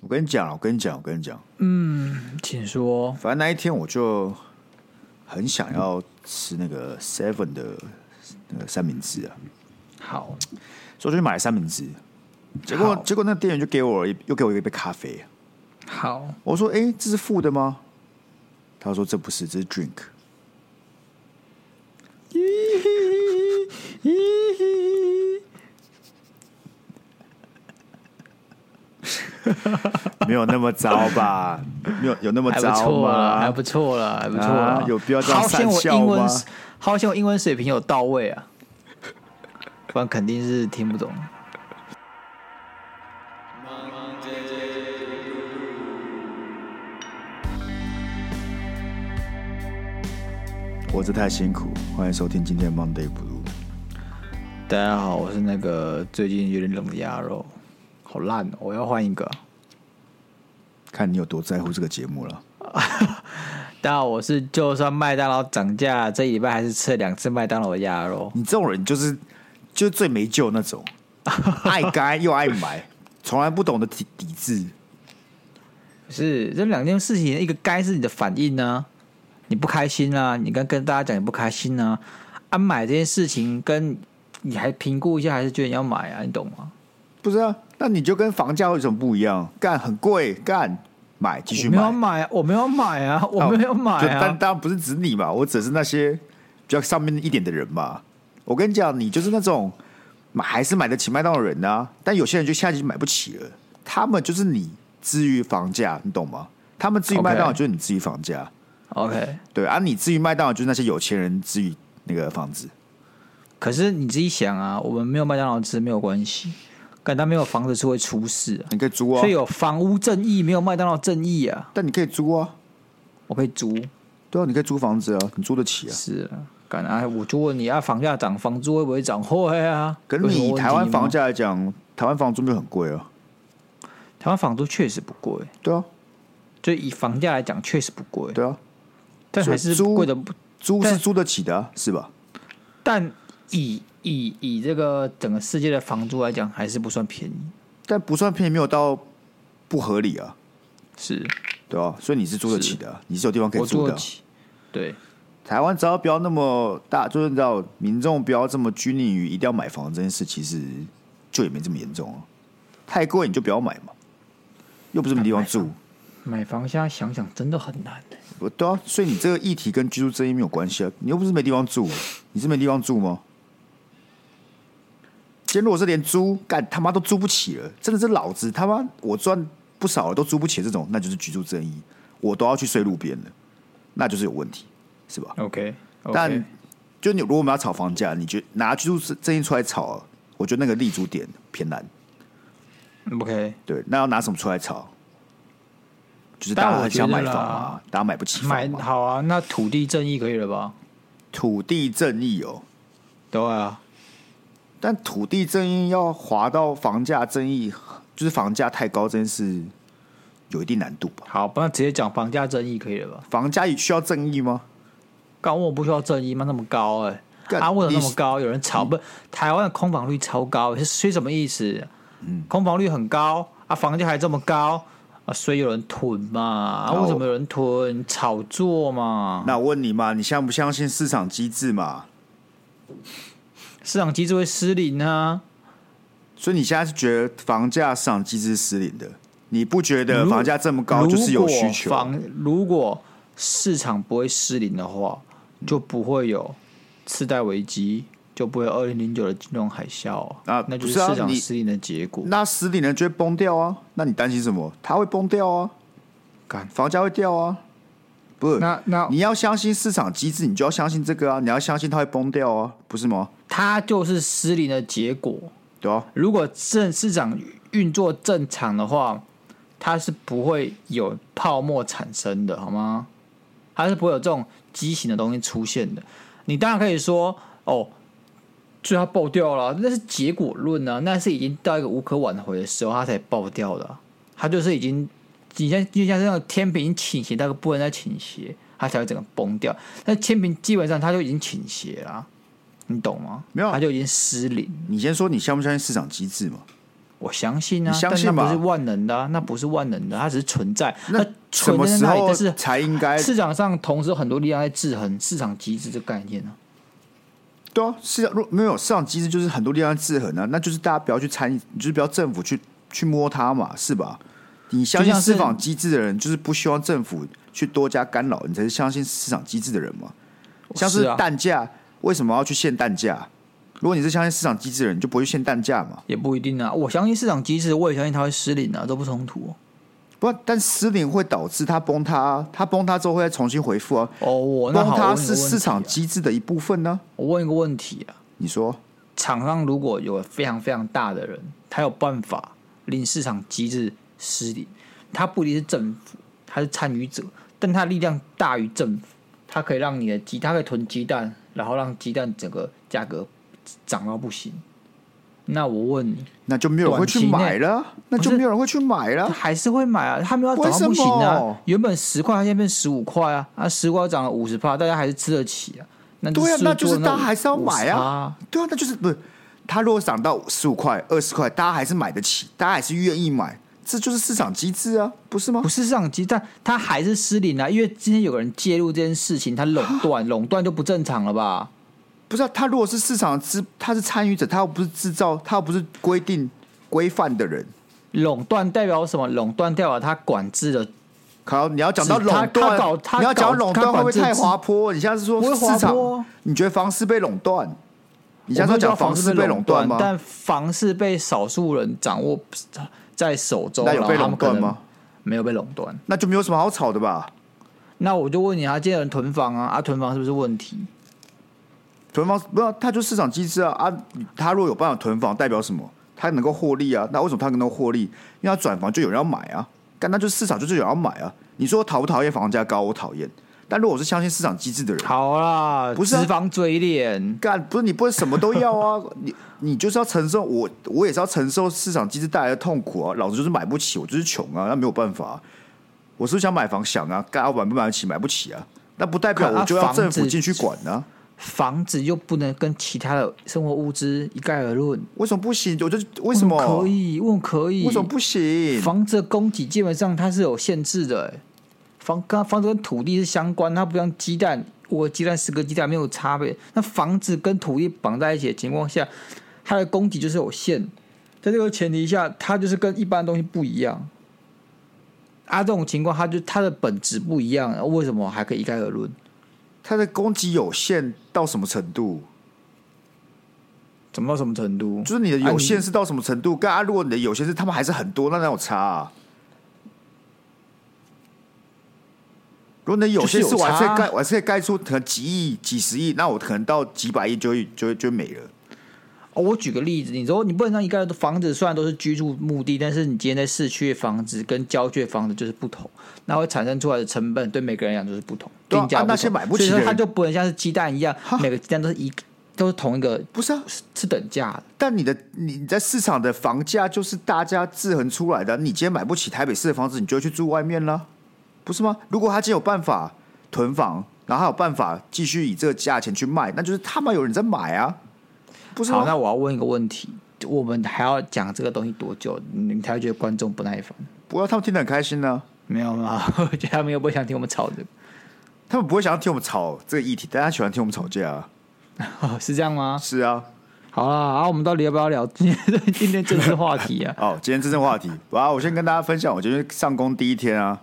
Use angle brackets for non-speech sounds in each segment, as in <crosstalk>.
我跟你讲，我跟你讲，我跟你讲，请说。反正那一天我就很想要吃那个 Seven 的那个三明治啊，好，所以我就去买了三明治。结果好结果那店员就给我一又给我一杯咖啡， <laughs> 好，我说：“哎、这是负的吗？”他说：“这不是，这是 drink。”没有那么糟吧？没有有那么还不糟错了，还吗？不错了，还不错了啊。有必要这样好险善我笑英文吗，好险我英文水平有到位啊， <laughs> 不然肯定是听不懂。活着太辛苦。欢迎收听今天的 Monday Blue。大家好，我是那个最近有点冷的鸭肉，好烂哦，我要换一个。看你有多在乎这个节目了。大家好，我是就算麦当劳涨价，这礼拜还是吃了两次麦当劳的鸭肉。你这种人就是就是最没救那 <laughs> 种，爱该又爱买，从来不懂得抵抵制。不是这两件事情，一个该是你的反应呢、你不开心啊，你刚跟大家讲你不开心呢、啊，啊买这件事情跟你还评估一下，还是觉得你要买啊，你懂吗？不是啊，那你就跟房价有什么不一样？干很贵，干买继续我没有要买。哦买啊，我没有要买啊，我没有要买就但啊，当然不是指你嘛，我指的是那些比较上面一点的人嘛。我跟你讲，你就是那种买还是买得起麦当劳的人呐、但有些人就现在就买不起了，他们就是你至于房价，你懂吗？他们至于麦当劳 OK 就是你至于房价 OK。对啊，你至于麦当劳就是那些有钱人至于那个房子。可是你自己想啊，我们没有麦当劳吃没有关系，但他没有房子是会出事、啊，你可以租啊，所以有房屋正义，没有麦当劳正义啊。但你可以租啊，我可以租，对啊，你可以租房子啊，你租得起啊。是啊，敢啊！我就问你啊，房价涨，房租会不会涨？会啊。可是有什么你以问题台湾吗房价来讲，台湾房租就很贵啊，台湾房租确实不贵，对啊，就以房价来讲确实不贵，对啊，但还是所以租贵的不。租是但租得起的、啊，是吧？但以以以这个整个世界的房租来讲，还是不算便宜。但不算便宜，没有到不合理啊，是对啊，所以你是租得起的啊、你是有地方可以我租住的得啊、起，对，台湾只要不要那么大，就是你知道民众不要这么拘泥于一定要买房这件事，其实就也没这么严重啊。太贵你就不要买嘛，又不是没地方啊住，买房现在想想真的很难、欸。不对啊，所以你这个议题跟居住正义没有关系啊，你又不是没地方住，你是没地方住吗？今天如果是连租，干他妈都租不起了，真的是老子他妈我赚不少了都租不起这种，那就是居住正义，我都要去睡路边了，那就是有问题，是吧？ OK，, o k 但就你如果我们要炒房价，你觉拿居住正义出来炒啊，我觉得那个立足点偏难。 OK，对，那要拿什么出来炒？就是但大家我很觉想得买房啦啊，大家买不起房买嘛，好啊，那土地正义可以了吧？土地正义哦。对啊，但土地正义要滑到房价正义，就是房价太高这件事，有一定难度吧？好，不然直接讲房价正义可以了吧？房价需要正义吗？高我不需要正义吗？那么高哎、欸，干啊，为什么那你么高？有人炒不？台湾的空房率超高，是所以什么意思？嗯空房率很高啊，房价还这么高啊，所以有人囤嘛？啊，那我为什么有人囤？炒作嘛？那我问你嘛，你相不相信市场机制嘛？市场机制会失灵啊？所以你现在是觉得房价市场机制是失灵的？你不觉得如呃房价这么高就是有需求啊如果？房如果市场不会失灵的话，嗯就不会有次贷危机，就不会二零零九的金融海啸啊那不就是啊市场你失灵的结果。那失灵人就会崩掉啊？那你担心什么？它会崩掉啊？干房价会掉啊？不是，那那你要相信市场机制，你就要相信这个啊！你要相信它会崩掉啊，不是吗？它就是失灵的结果。对啊，如果正市场运作正常的话，它是不会有泡沫产生的，好吗？它是不会有这种畸形的东西出现的。你当然可以说，哦，最后它爆掉了，那是结果论啊，那是已经到一个无可挽回的时候，它才爆掉的啊、它就是已经，你像就像这种天平已经倾斜到一个不能再倾斜，它才会整个崩掉。那天平基本上它就已经倾斜了啊、你懂吗？没有它就已经失灵。你先说你相不相信市场机制嘛？我相信啊，你相信但那不吧是万能的、啊，那不是万能的，它只是存在，那它什存么在时呃那里，候但是才应该？市场上同时有很多力量在制衡市场机制这个概念啊呢、对啊，市场如没有市场机制，就是很多地方制衡啊，那就是大家不要去参与，就是不要政府去去摸它嘛，是吧？你相信就像是市场机制的人，就是不希望政府去多加干扰，你才是相信市场机制的人嘛。像是啊蛋价，为什么要去限蛋价？如果你是相信市场机制的人，你就不会去限蛋价嘛。也不一定啊。我相信市场机制，我也相信它会失灵啊，都不冲突哦、不，但失灵会导致它崩塌、啊，它崩塌之后会再重新回复啊。哦，我那崩好，塌我问一个是问市题场啊机制的一部分呢、我问一个问题啊，你说厂商如果有非常非常大的人，他有办法令市场机制失灵，他不一定是政府，他是参与者，但他力量大于政府，他可以让你的鸡，他可以囤鸡蛋，然后让鸡蛋整个价格涨到不行。那我问你，那就没有人会去买了，那就没有人会去买他了。还是会买啊，他没有要涨到不行为什啊么。原本十块，它现在变十五块啊，啊，十块涨了五十趴，大家还是吃得起啊。那对啊是那就是做那大家还是要买50%啊啊。对啊，那就是不是它如果涨到十五块、二十块，大家还是买得起，大家还是愿意买，这就是市场机制啊，不是吗不？是市场机，但他还是失灵啊，因为今天有个人介入这件事情，他垄断，垄断就不正常了吧？不是、啊，他如果是市场之，他是参与者，他又不是制造，他又不是规定规范的人。垄断代表什么？垄断代表他管制的，好，你要讲到是垄他断，他搞他你要讲到搞垄断他会管不会制太制滑坡？你现在是说不会市滑场坡啊？你觉得房市被垄断？你现在是我不知道讲房市被垄断吗？但房市被少数人掌握在手中，那有被然后他垄们可断能吗？没有被垄断。那就没有什么好吵的吧？那我就问你，他今天有人囤房啊，啊，囤房是不是问题？囤房不要，它就市场机制啊啊！他如果有办法囤房，代表什么？他能够获利啊？那为什么他能够获利？因为他转房就有人要买啊，但那就是市场就是有人要买啊。你说我讨不讨厌房价高？我讨厌，但如果我是相信市场机制的人，好啦，不是啊脂肪嘴脸，干不是你不会什么都要啊， <laughs> 你你就是要承受我，我也是要承受市场机制带来的痛苦啊。老子就是买不起，我就是穷啊，那没有办法啊、我是不是想买房想啊，干我买不买得起，买不起啊，那不代表看啊我就要政房府子进去管啊。房子又不能跟其他的生活物资一概而论，为什么不行？我就为什么可以？问可以？为什么不行？房子的供给基本上它是有限制的、欸，房跟房子跟土地是相关，它不像鸡蛋，五个鸡蛋十个鸡蛋没有差别。那房子跟土地绑在一起的情况下，它的供给就是有限，在这个前提下，它就是跟一般的东西不一样。啊，这种情况，它就它的本质不一样，为什么还可以一概而论？它的供给有限到什么程度？怎么到什么程度？就是你的有限啊是到什么程度？干、啊如果你的有限是他们还是很多，那哪有差、啊？如果你的有限就是是有我还是差啊可以盖，我还是可以盖出可能几亿、几十亿，那我可能到几百亿就会就会就会没了。哦，我举个例子，你说你不能让一个房子虽然都是居住目的，但是你今天在市区的房子跟郊区的房子就是不同，那会产生出来的成本对每个人来讲就是不同，对啊定价啊不同、那些买不起的所以说它人就不能像是鸡蛋一样哈，每个鸡蛋都是一都是同一个不是啊，是是等价的。但你的你你在市场的房价就是大家制衡出来的。你今天买不起台北市的房子，你就会去住外面啦，不是吗？如果他今天有办法囤房，然后他有办法继续以这个价钱去卖，那就是他妈有人在买啊，不是好，吗？那我要问一个问题，我们还要讲这个东西多久，你你才会觉得观众不耐烦？不过他们听得很开心呢、没有吗？ <laughs> 我觉得他们又不会想听我们吵这个，他们不会想要听我们吵这个议题，但他喜欢听我们吵架、啊。哦 <laughs> 是这样吗？是啊，好啦，啊，我们到底要不要聊今天今天政治话题啊？哦，今天真正话题，哇，我先跟大家分享，我今天上工第一天啊，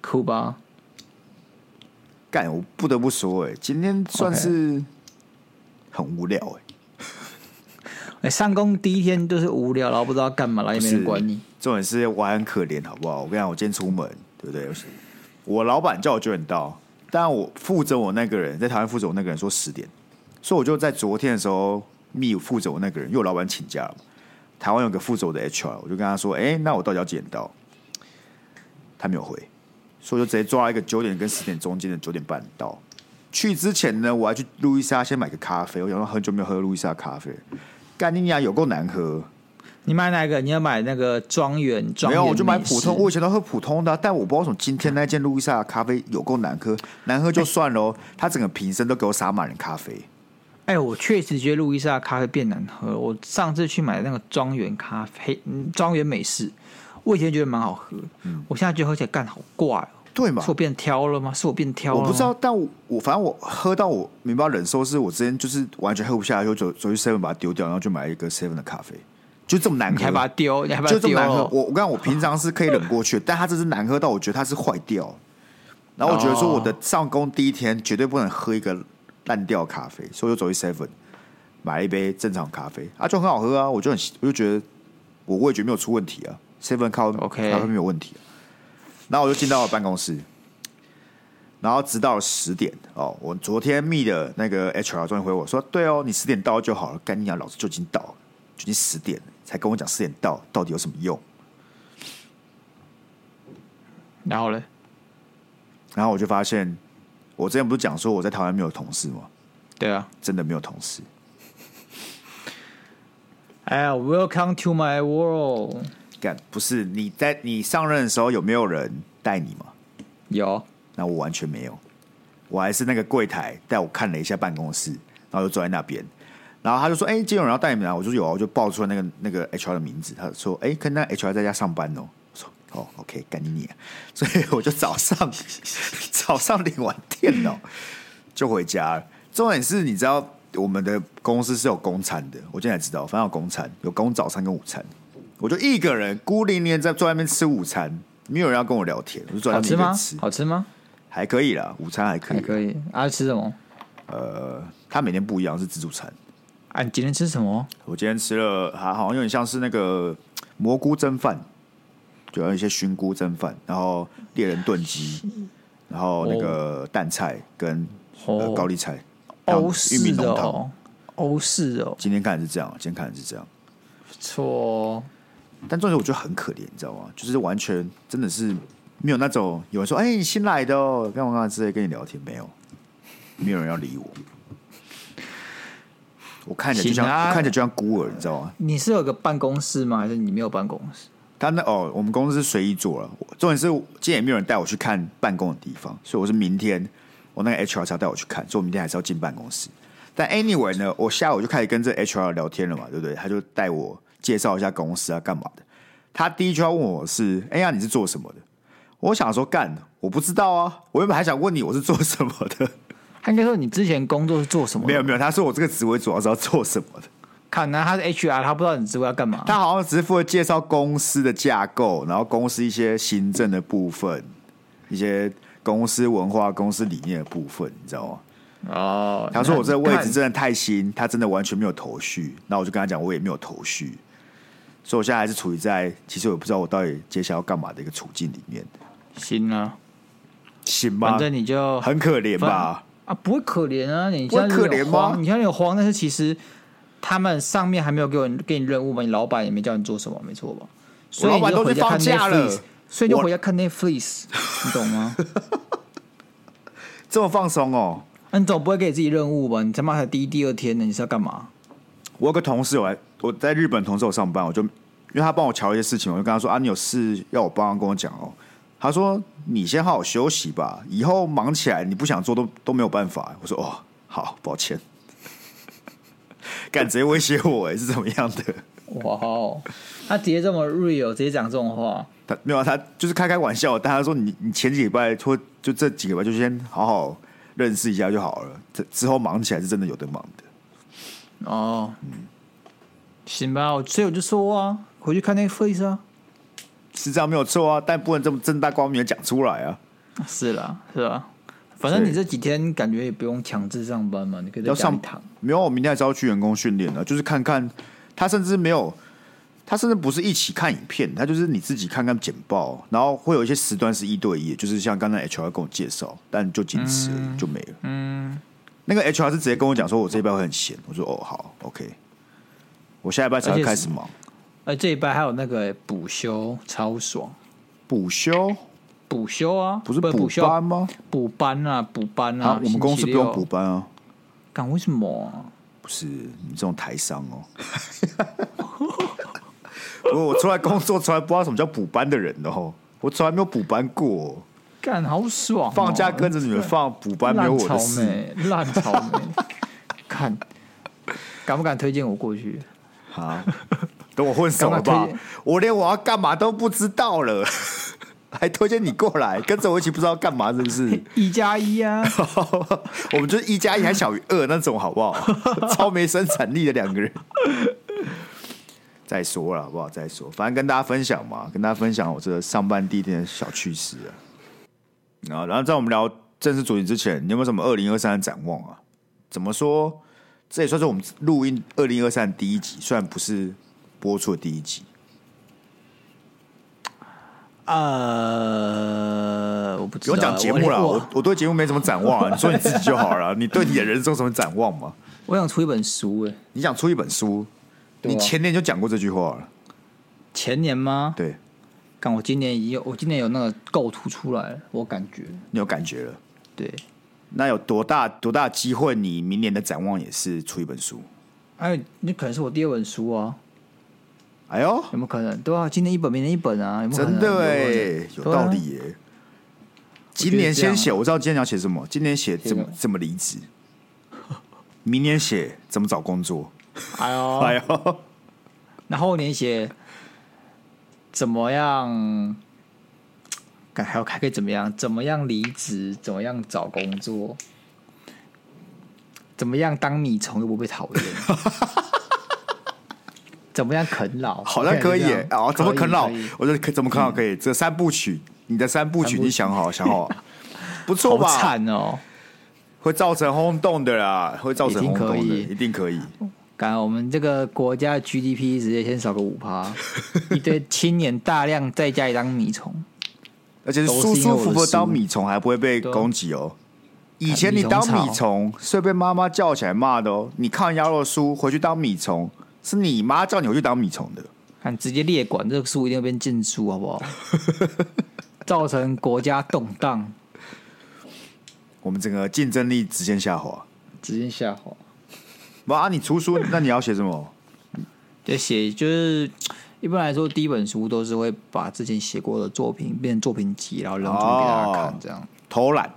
哭吧。干，我不得不说、哎，今天算 OK 是很无聊、哎。哎，上工第一天就是无聊，然后不知道干嘛，然后也没人管你。重点是我还很可怜，好不好？我跟你讲，我今天出门，对不对？我老板叫我九点到，但我负责我那个人在台湾负责我那个人说十点，所以我就在昨天的时候密负责我那个人，因为我老板请假了嘛。台湾有个负责我的 HR，我就跟他说：“哎、那我到底要几点到？”他没有回，所以我就直接抓一个九点跟十点中间的九点半到。去之前呢，我还去路易莎先买个咖啡，我想说很久没有喝路易莎咖啡，干你娘有够难喝。你买哪个？你要买那个庄园庄没园有，我美食？就买普通。我以前都喝普通的啊、但我不知道为什么今天那间路易哎莎的咖啡有够难喝，难喝就算了哦，它整个瓶身都给我洒满了咖啡。哎、我确实觉得路易莎的咖啡变难喝了。我上次去买那个庄园咖啡，嗯庄园美式，我以前觉得蛮好喝，嗯我现在觉得喝起来干好怪哦、对嘛是我？变挑了吗？是我变挑了我吗？不知道，但我我反正我喝到我没办法忍受，是我之前就是完全喝不下去，我走走去 seven 把它丢掉，然后就买了一个 seven 的咖啡，就这么难你还把它喝，丢，哦你还把它就这丢么难喝。了。我我刚刚我平常是可以忍过去，但它这是难喝到我觉得它是坏掉，然后我觉得说哦我的上工第一天绝对不能喝一个烂掉的咖啡，所以我就走去 seven 买了一杯正常咖啡，啊，就很好喝啊，我就很我就觉得我味觉没有出问题啊，seven 咖啡 OK 咖啡没有问题、啊，然后我就进到了办公室。然后直到十点哦，我昨天密的那个 HR 终于回我说，对哦，你十点到就好了。干你娘，老子就已经到了，就已经十点了，才跟我讲十点到，到底有什么用？然后嘞，然后我就发现，我之前不是讲说我在台湾没有同事吗？对啊，真的没有同事，哎呀，Welcome to my world，干不是你在你上任的时候有没有人带你吗？有那我完全没有，我还是那个柜台带我看了一下办公室，然后就坐在那边，然后他就说：“哎、今天有人要带你们来。”我就说：“有啊。”我就报出了那个那个 HR 的名字，他说：“哎、跟那 HR 在家上班哦。”我说：“哦，OK，赶紧你、啊。”所以我就早 <laughs> 上早上领完电脑就回家了。重点是，你知道我们的公司是有公餐的，我今天才知道，反正有公餐，有公早餐跟午餐。我就一个人孤零零地在坐在那边吃午餐，没有人要跟我聊天，我就坐在好那边吃一个人吗吃？。好吃吗？还可以啦，午餐还可还以。可以。啊，吃什么？呃，它每天不一样，是自助餐。啊，你今天吃什么？我今天吃了，还好像有点像是那个蘑菇蒸饭，主要一些熏菇蒸饭，然后猎人炖鸡，然后那个蛋菜跟、呃哦高丽菜，还有欧玉米式的浓汤。哦，欧式的哦，今天看的是这样，今天看的是这样。不错哦。但重点我觉得很可怜，你知道吗？就是完全真的是没有那种有人说：“哎、你新来的哦，干嘛干嘛之类跟你聊天。”没有，没有人要理我。我看起来就像、行啊我看起来就像孤儿，你知道吗？你是有个办公室吗？还是你没有办公室？他那哦，我们公司是随意做了。我重点是今天也没有人带我去看办公的地方，所以我是明天我那个 HR 才要带我去看，所以我明天还是要进办公室。但 anyway 呢，我下午就开始跟这 HR 聊天了嘛，对不对？他就带我介绍一下公司啊，干嘛的。他第一句话问我是：“哎呀，你是做什么的？”我想说干，我不知道啊。我原本还想问你我是做什么的， <laughs> 他应该说你之前工作是做什么的？没有没有，他说我这个职位主要是要做什么的。看来他是 HR，他不知道你职位要干嘛。他好像只是负责介绍公司的架构，然后公司一些行政的部分，一些公司文化、公司理念的部分，你知道吗？哦，他说我这个位置看真的太新，他真的完全没有头绪。那我就跟他讲，我也没有头绪，所以我现在还是处于在其实我也不知道我到底接下来要干嘛的一个处境里面，行啊，行吗反？正你就很可怜吧？啊，不会可怜啊，你不会现在有可怜吗慌你现在有慌，但是其实他们上面还没有给我给你任务嘛，你老板也没叫你做什么，没错吧？所以老板你就都回去家看放假了 Netflix，所以你就我回家看 Netflix，你懂 <laughs> 吗？这么放松哦。那你总不会给自己任务吧？你他妈才第一、第二天呢，你是要干嘛？我有个同事，我来我在日本同事我上班，我就因为他帮我瞧一些事情，我就跟他说啊，你有事要我帮忙跟我讲哦。他说你先好好休息吧，以后忙起来你不想做都都没有办法。我说哦，好，抱歉。敢直接威胁我、欸、是怎么样的？哇哦，他直接这么 real，直接讲这种话，他没有啊，他就是开开玩笑，但他说你你前几个礼拜或就这几个礼拜就先好好认识一下就好了，这之后忙起来是真的有的忙的。哦，嗯行吧，我所以我就说啊，回去看 Netflix 啊。是这样没有错啊，但不能这么正大光明的讲出来啊。是啦，是啦，反正你对这几天感觉也不用强制上班嘛，你可以在要家里上躺。没有，我明天还是要去员工训练的，就是看看他甚至没有，他甚至不是一起看影片，他就是你自己看看简报，然后会有一些时段是一对一，就是像刚才 HR 跟我介绍，但就仅此而已，就没了。嗯，那个 HR 是直接跟我讲说，我这一拜会很闲，我说哦好，OK，我下一拜才而会且是开始忙，哎，这一拜还有那个补休，超爽！补休补休啊，不是补补休班吗？补班啊，补班啊啊，我们公司不用补星期六。班啊，干为什么啊、不是你这种台商哦。 <laughs> 我我出来工作，从来不知道什么叫补班的人哦，我从来没有补班过哦、干好爽哦、放假跟着你们放补班没有烂我草的事。 <laughs> 莓，烂草莓。看，敢不敢推荐我过去？好，等我混熟了干嘛吧推荐？我连我要干嘛都不知道了， <laughs> 还推荐你过来，跟着我一起不知道干嘛，是不是？一加 <laughs> 一啊，我们就是一加一还小于二那种，好不 <laughs> 好？超没生产力的两个人。再说了，好不好？再说，反正跟大家分享嘛，跟大家分享我这上班第一天的小趣事啊。然后，然后在我们聊正式主题之前，你有没有什么二零二三的展望啊？怎么说？这也算是我们录音二零二三第一集，虽然不是播出的第一集。呃，我不知不道用讲节目啦，我我我对节目没什么展望啊，你说你自己就好 <laughs> 了。你对你的人生有什么展望吗？我想出一本书哎、你想出一本书，对啊你前年就讲过这句话了，前年吗？对看我今年已经有，我今年有那个构图出来了，我感觉你有感觉了。对，那有多大多大机会？你明年的展望也是出一本书？还有哎那可能是我第二本书啊，哎呦，有没有可能？对啊，今年一本，明年一本啊，有没有可真能？的有哎、没有可能有对啊道理耶、今年先写，我知道今年啊要写什么，今年写怎么写什么怎么离职，明年写怎么找工作。哎呦，哎呦，然后你写怎么样？看还有还可以怎么样？怎么样离职？怎么样找工作？怎么样当米虫又不被讨 <laughs> 厌？怎么样啃老？好像可以耶、这样哦，怎么啃老可以可以？我觉得可怎么啃老可以？这三部曲，你的三部曲，三部曲你想好想好，不错好吧？惨哦！会造成轰动的啦，会造成轰动的，一定可以一定可以。感我们这个国家 GDP 直接先少个五 <laughs> 趴，一堆青年大量在家里当米虫。而且是舒舒服服当米虫，还不会被攻击哦。哎以前你当米虫是被妈妈叫起来骂的哦。你看完鸭肉书回去当米虫，是你妈叫你回去当米虫的。看直接列管，这个书一定会变禁书，好不 <laughs> 好？造成国家动荡，我们整个竞争力直线下滑。直接下滑。哇、啊，你出书，那你要写什么？ <laughs> 就写就是一般来说，第一本书都是会把之前写过的作品变成作品集，然后扔出去给大家看，这样、偷懒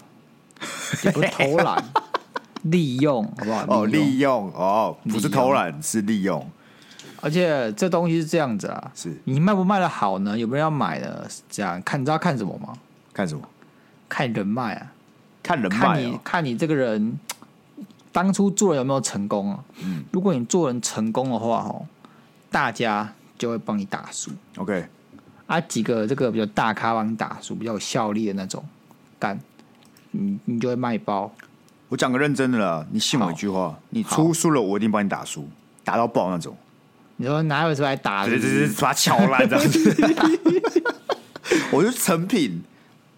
也不是偷懒， <laughs> 利用好不好？哦，利用利用哦，不是利用偷懒，是利用。而且这东西是这样子啊，是你卖不卖的好呢？有没有人要买呢？是这样看，你知道看什么吗？看什么？看人脉啊，看人看脉你哦。看你这个人当初做人有没有成功啊？嗯如果你做人成功的话，哦，大家就会帮你打书。 OK，啊，几个这个比较大咖帮你打书，比较有效力的那种，干，你你就会卖包，我讲个认真的啦，你信我好一句话，你出书了，我一定帮你打书，打到爆那种。你说哪有出来打的对？对对，把它敲烂这样子。 <laughs> 我就是成品，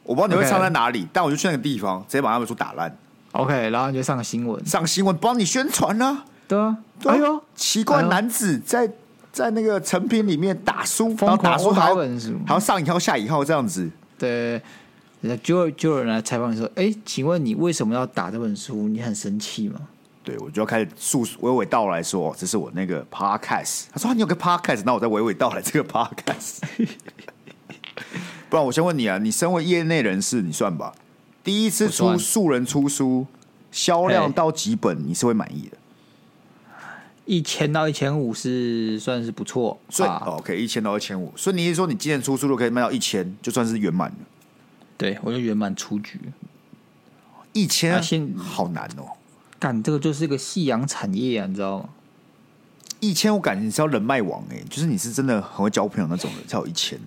我不知道你会 OK 唱在哪里，但我就去那个地方，直接把他们书打烂， OK，然后你就上新闻，上新闻帮你宣传啊。对啊，对啊哎呦，奇怪哎呦男子在在那个成品里面打书，然疯后狂打书我还打要本书还要上一号下一号这样子。对，人家就有就有人来采访你说，哎，请问你为什么要打这本书？你很生气吗？对，我就要开始诉娓娓道来说，哦这是我那个 podcast。他说、啊你有个 podcast，那我再娓娓道来这个 podcast。不然我先问你啊，你身为业内人士，你算吧，第一次我出算素人出书，销量到几本，你是会满意的？一千到一千五是算是不错，所以、啊哦、OK，一千到一千五，所以你是说你今年出书都可以卖到一千，就算是圆满了。对我就圆满出局。一千、啊先好难哦，干，这个就是一个夕阳产业啊，你知道吗？一千我感觉你是要人脉网哎、就是你是真的很会交朋友那种人才有一千。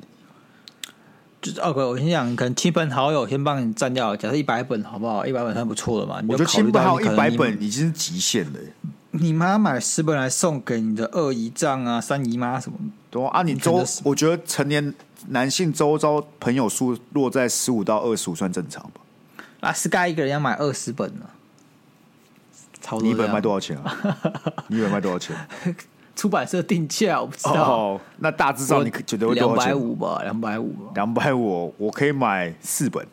就是哦，我先讲，可能亲朋好友先帮你占掉，假设一百本好不好？一百本算不错了嘛。你我就觉得考亲朋虑到好你友可一能百你本已经是极限了、欸。你妈买十本来送给你的二姨丈啊、三姨妈什么，对啊，啊你真周的是，我觉得成年男性周遭朋友数落在十五到二十五算正常吧？啊，Sky 一个人要买二十本呢、超你一多本这卖样多少钱 <laughs> 啊？你一本卖多少钱？出版社定价我不知道，哦，那大致上你觉得会两多少百钱？五吧，两百五吧。两百五，我可以买四本。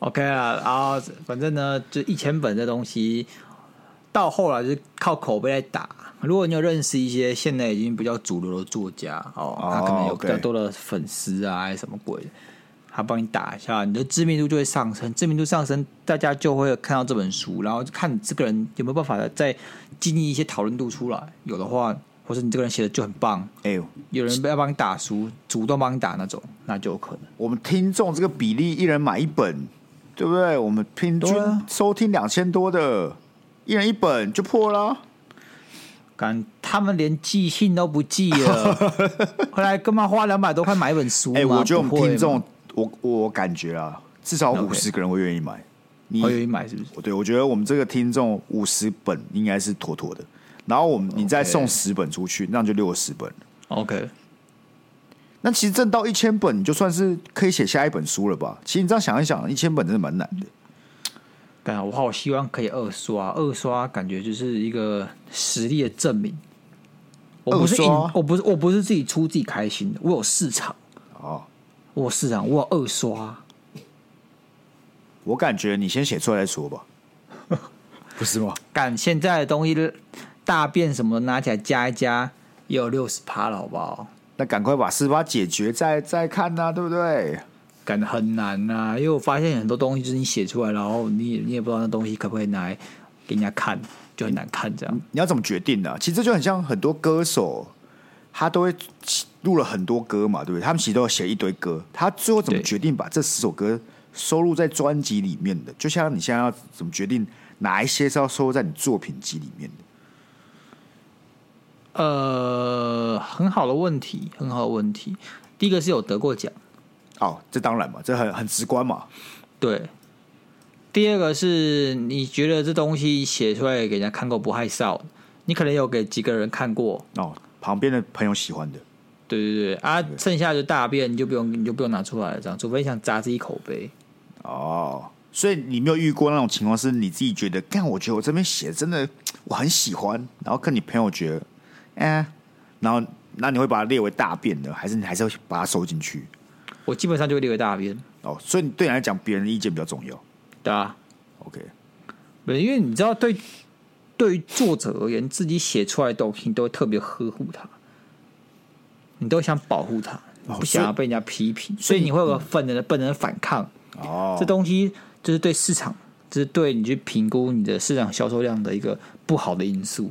OK 啊，然后反正呢，就一千本这东西，到后来就是靠口碑来打。如果你有认识一些现在已经比较主流的作家哦，他可能有比较 OK 多的粉丝啊，还是什么鬼的，他帮你打一下，你的知名度就会上升，知名度上升，大家就会看到这本书，然后看你这个人有没有办法再经历一些讨论度出来，有的话，或者你这个人写的就很棒，哎呦，有人要帮你打书，主动帮你打那种，那就有可能。我们听众这个比例，一人买一本，对不对？我们平均对啊收听两千多的，一人一本就破啊啦。感他们连寄信都不 <laughs> 寄了，后来干嘛花两百多块买一本书吗？哎、我觉得我们不会吗听众，我我感觉啊，至少五十个人会愿意买。你哦好愿意买，是不是？对，我觉得我们这个听众五十本应该是妥妥的。然后我们你再 OK 送十本出去，那就六十本。 OK，那其实挣到一千本，你就算是可以写下一本书了吧？其实你这样想一想，一千本真的蛮难的。感我好希望可以二刷，二刷感觉就是一个实力的证明。我不是二硬刷，我不是我不是自己出自己开心的，我有市场，哦，我有市场，我有二刷，我感觉你先写出来再说吧，不是吗？干现在的东西大便什么拿起来加一加也有六十趴了，好不好？那赶快把四八解决再再看呐、对不对？感觉很难呐、因为我发现很多东西就是你写出来，然后你也你也不知道那东西可不可以拿来给人家看，就很难看这样。你要怎么决定呢、其实这就很像很多歌手，他都会录了很多歌嘛，对不对？他们其实都有写一堆歌，他最后怎么对决定把这十首歌收录在专辑里面的？就像你现在要怎么决定哪一些是要收录在你作品集里面的？呃，很好的问题，很好的问题。第一个是有得过奖，哦，这当然嘛，这很很直观嘛。对。第二个是你觉得这东西写出来给人家看过不害臊，你可能有给几个人看过，哦，旁边的朋友喜欢的，对对对啊，剩下就大便你就不用你就不用拿出来了，这样，除非你想砸自己口碑。哦，所以你没有遇过那种情况，是你自己觉得，干，我觉得我这边写真的我很喜欢，然后跟你朋友觉得，哎、然后那你会把它列为大便呢，还是你还是会把它收进去？我基本上就会列为大便，哦，所以对你来讲，别人的意见比较重要。对啊， OK，不是因为你知道对，对于作者而言，自己写出来的东西你都会特别呵护它，你都想保护它，哦不想要被人家批评，所所以嗯以你会有个本能的本能的反抗。哦这，东西就是对市场，就是对你去评估你的市场销售量的一个不好的因素，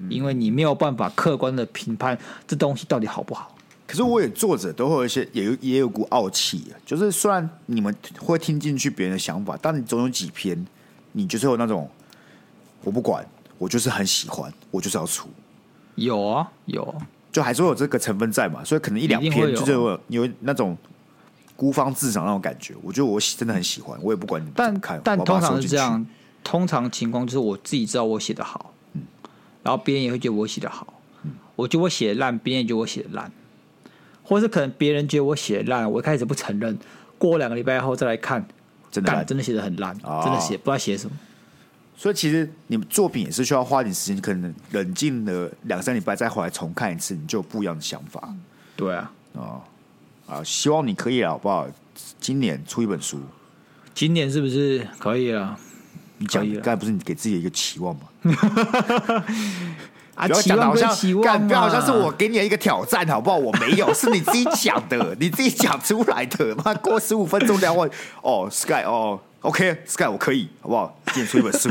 嗯因为你没有办法客观的评判这东西到底好不好。可是我也作者都会有一些，也有也有股傲气啊，就是虽然你们会听进去别人的想法，但你总有几篇，你就是有那种我不管，我就是很喜欢，我就是要出。有啊，有啊就还是会有这个成分在嘛，所以可能一两一定会篇有啊就是有有那种孤芳自赏那种感觉。我觉得我喜真的很喜欢，我也不管你们怎但么看，但我把它通收常进是去这，样，通常情况就是我自己知道我写的好，嗯然后别人也会觉得我写的好，我觉得我写的烂，别人也觉得我写的烂，或是可能别人觉得我写的烂，我一开始不承认，过两个礼拜后再来看，真的干烂。真的写的很烂，哦真的写不知道写什么。所以其实你们作品也是需要花点时间，可能冷静了两三礼拜再回来重看一次，你就有不一样的想法对啊，啊。希望你可以啊，好不好？今年出一本书，今年是不是可以啊？你讲可以了刚才不是你给自己的一个期望吗？啊，不要期讲的望好归像期望啊干，嘛，不要好像是我给你的一个挑战，好不好？我没有，是你自己讲的，你自己讲出来的。妈，过十五分钟聊完，哦，Sky，哦，OK，Sky，、我可以，好不好？今天出一本书，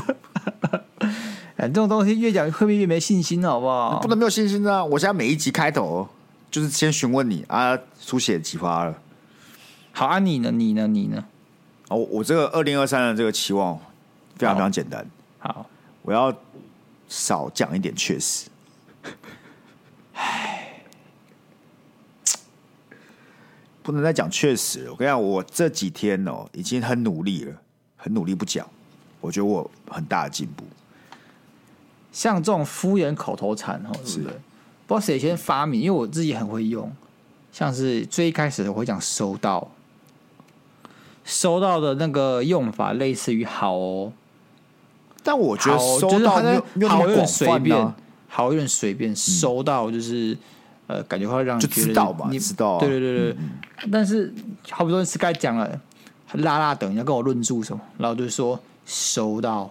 哎，这种东西越讲会不会越没信心了，好不好？不能没有信心啊！我现在每一集开头就是先询问你啊，书写几发了？好啊，你呢？你呢？你呢？哦，我这个二零二三的这个期望非常非常简单，好，我要少讲一点，确实。不能再讲确实了。我跟你讲，我这几天哦，已经很努力了，很努力不讲。我觉得我很大的进步。像这种敷衍口头禅哦，对不对？不知道谁先发明，因为我自己很会用，像是最一开始我会讲收到，收到的那个用法类似于好哦，但我觉好得哦收就是到他没在有没有那好么广有点随泛便啊，，嗯好有点随便，收到就是呃，感觉会让你就觉知得道嘛你知道啊嗯对对对对。但是好比说 Sky 讲了，拉拉等要跟我论述什么，然后就说收到，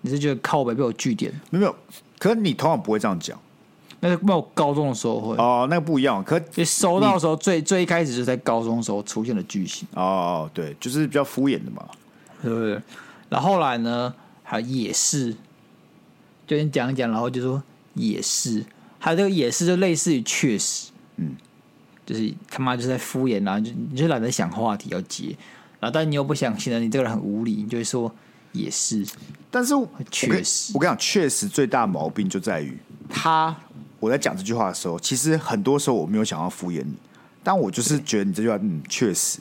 你是觉得靠北被我据点？没有。可是你通常不会这样讲，那是那我高中的时候会，哦，那个不一样。可就收到的时候最最一开始就是在高中的时候出现的句型，哦，对，就是比较敷衍的嘛。对不对？然后后来呢，还有也是，就你讲一讲，然后就说也是，还有这个也是就类似于确实，嗯，就是他妈就是在敷衍啊，就你就懒得想话题要接，然后但你又不想显得你这个人很无理，你就会说也是，但是我确我跟实我跟你讲，确实最大毛病就在于他。我在讲这句话的时候，其实很多时候我没有想要敷衍你，但我就是觉得你这句话，嗯，确实，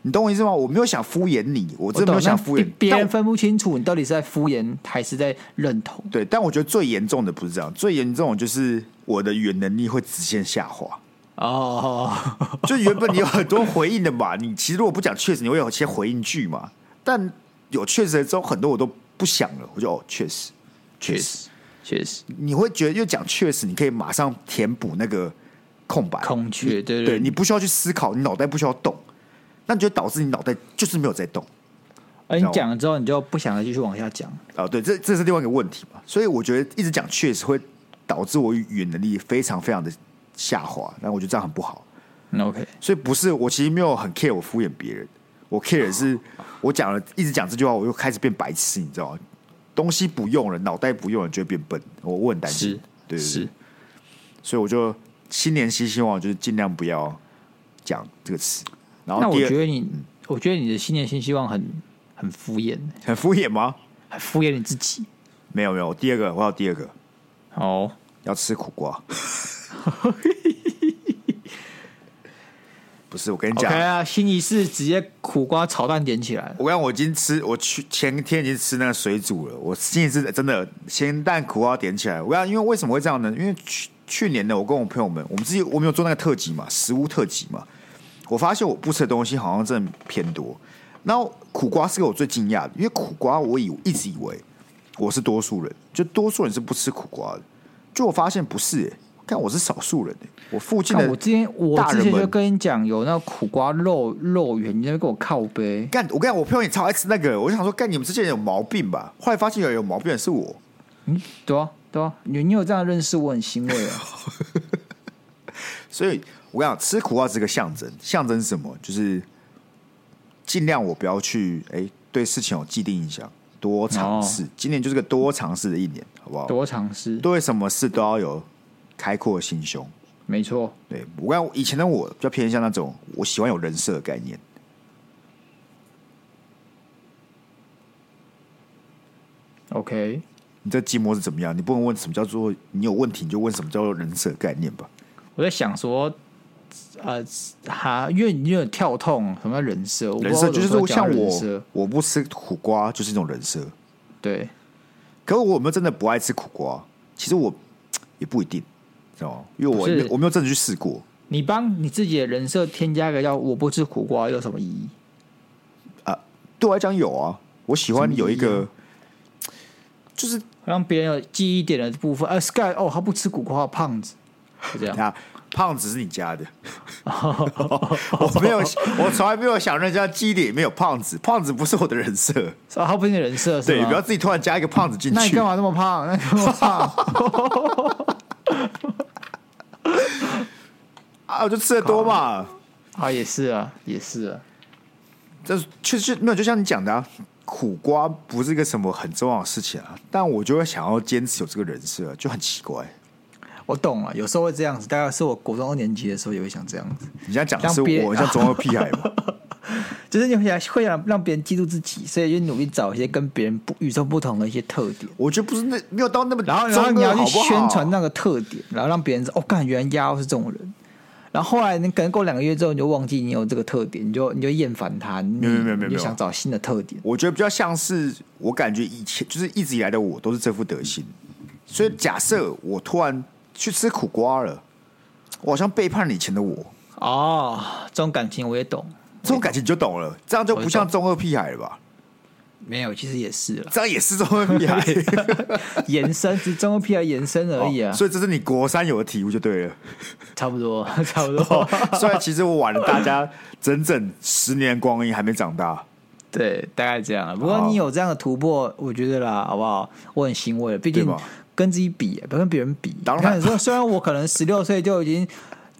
你懂我意思吗？我没有想敷衍你，我真的没有想敷衍但你别但人我分不清楚你到底是在敷衍还是在认同。对，但我觉得最严重的不是这样，最严重的就是我的语言能力会直线下滑。哦， <laughs> 就原本你有很多回应的嘛，你其实如果不讲确实，你会有一些回应句嘛。但有确实之后，很多我都不想了，我就哦，确实，确，实，确实你会觉得越讲确实，你可以马上填补那个空白空缺，对对你不需要去思考，你脑袋不需要动，那你就导致你脑袋就是没有在动而啊你知道吗讲了之后，你就不想再继续往下讲。啊。对，这这是另外一个问题嘛。所以我觉得一直讲确实会导致我语言能力非常非常的下滑，那我觉得这样很不好。嗯 OK，所以不是我其实没有很 care 我敷衍别人，我 care 的是我讲了一直讲这句话，我又开始变白痴，你知道吗？东西不用了，脑袋不用了，就会变笨。我我很担心是，对哦对是对，所以我就新年新希望，就是尽量不要讲这个词。然那后我第二嗯觉得你，我觉得你的新年新希望很很敷衍，很敷衍吗？很敷衍你自己。没有没有，第二个我还有第二个哦，要吃苦瓜。 <laughs> 不是，我跟你 OK 讲啊，新一世直接苦瓜炒蛋点起来了。我刚我已经吃，我去前天已经吃那个水煮了。我今次真的咸蛋苦瓜点起来。我讲，因为为什么会这样呢？因为去去年呢，我跟我朋友们，我们自己我们有做那个特辑嘛，食物特辑嘛。我发现我不吃的东西好像真的偏多。然后苦瓜是给我最惊讶的，因为苦瓜我以一直以为我是多数人，就多数人是不吃苦瓜的。就我发现不是、欸，看我是少数人、欸。我附近看的我之前，我大之人前就们跟你讲有那个苦瓜肉肉圆，你在那边给我靠背。干，我跟你讲，我朋友也超爱吃那个，我就想说，干你们这些人有毛病吧？后来发现有有毛病的是我，嗯，对啊，对啊，你你有这样的认识，我很欣慰啊。所以我跟你讲，吃苦瓜是个象征，象征是什么？就是尽量我不要去哎、对事情有既定印象，多尝哦试。今年就是个多尝试的一年， <laughs> 好不好？多尝试，对什么事都要有开阔的心胸。没错。对我跟你讲以前的我比较偏向那种我喜欢有人设的概念， OK，你这寂寞是怎么样？你不能问什么叫做你有问题，你就问什么叫做人设的概念吧。我在想说，呃，哈，因为你有点跳痛，什么叫人设？我不知人道设为就什么是讲像人我设，我不吃苦瓜就是一种人设。对，可我有没有真的不爱吃苦瓜？其实我也不一定，知道吗？因为我不是没有我没有真的去试过。你帮你自己的人设添加个叫“我不吃苦瓜”有什么意义？对我来讲有啊，我喜欢有一什么个，就是让别人有记忆点的部分。呃，Sky 哦，他不吃苦瓜，胖子，就这样。啊，胖子是你家的，哦 <laughs> 我没有，我从来没有想让人家记忆里面有胖子，胖子不是我的人设，啊，他不是你的人设，是对，吗不要自己突然加一个胖子进那你去干。嘛那么胖？ <laughs> 那你干嘛胖？啊，我就吃的多嘛，啊，也是啊，也是啊。这确实没有，就像你讲的、啊，苦瓜不是一个什么很重要的事情啊，但我就会想要坚持有这个人设，就很奇怪。我懂了，有时候会这样子，大概是我国中二年级的时候也会想这样子，你现在讲的像是别人我像中二屁孩吗？就是你会想会想让别人记住自己，所以就努力找一些跟别人不与众不同的一些特点。我觉得不是那没有到那么然后然中后二你要去好不好宣传那个特点，然后让别人知道哦，干原来亚欧是这种人。然后后来你可能过两个月之后，你就忘记你有这个特点，你就你就厌烦他，你没有没有没有你就没有想找新的特点。我觉得比较像是我感觉以前就是一直以来的我都是这副德行，所以假设我突然去吃苦瓜了，我好像背叛了以前的我，哦，这种感情我也懂，这种感情你就懂了，这样就不像中二屁孩了吧？没有，其实也是 <laughs> 了，这样也是中二 <laughs> 屁孩延伸只是中二屁孩延伸而已啊， <laughs> 哦所以这是你国三有的体悟就对了。差不多， <laughs> 差不多，虽然其实我晚了大家整整十年光阴还没长大，对，大概这样了。不过好你有这样的突破，我觉得啦，好不好？我很欣慰了，毕对竟吧跟自己比，不要跟别人比。当然你看你说虽然我可能十六岁就已经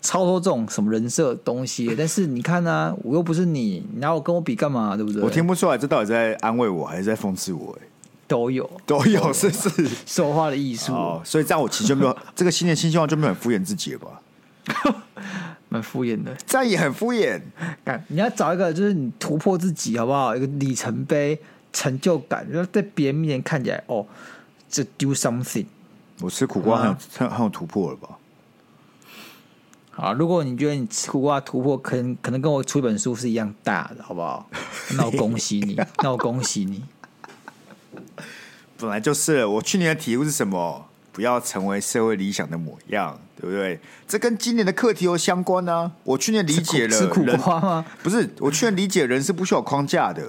超脱这种什么人设的东西了，但是你看呢、我又不是你，你拿我跟我比干嘛？对不对？我听不出来这到底在安慰我还是在讽刺我、欸，都有都有是不是？说话的艺术，哦，所以这样我其实就没有这个新年新希望就没有很敷衍自己了吧？ <laughs> 蛮、敷衍的。这样也很敷衍，干，你要找一个就是你突破自己好不好？一个里程碑、成就感，然后在别人面前看起来哦，这 do something。我吃苦瓜很啊有很很有突破了吧？好，如果你觉得你吃苦瓜突破，可能可能跟我出一本书是一样大的，好不 <laughs> 好？那我恭喜 <laughs> 你，那我恭喜你。本来就是了。我去年的体悟是什么？不要成为社会理想的模样，对不对？这跟今年的课题有相关呢、我去年理解了吃苦人瓜吗？不是，我去年理解人是不需要有框架的，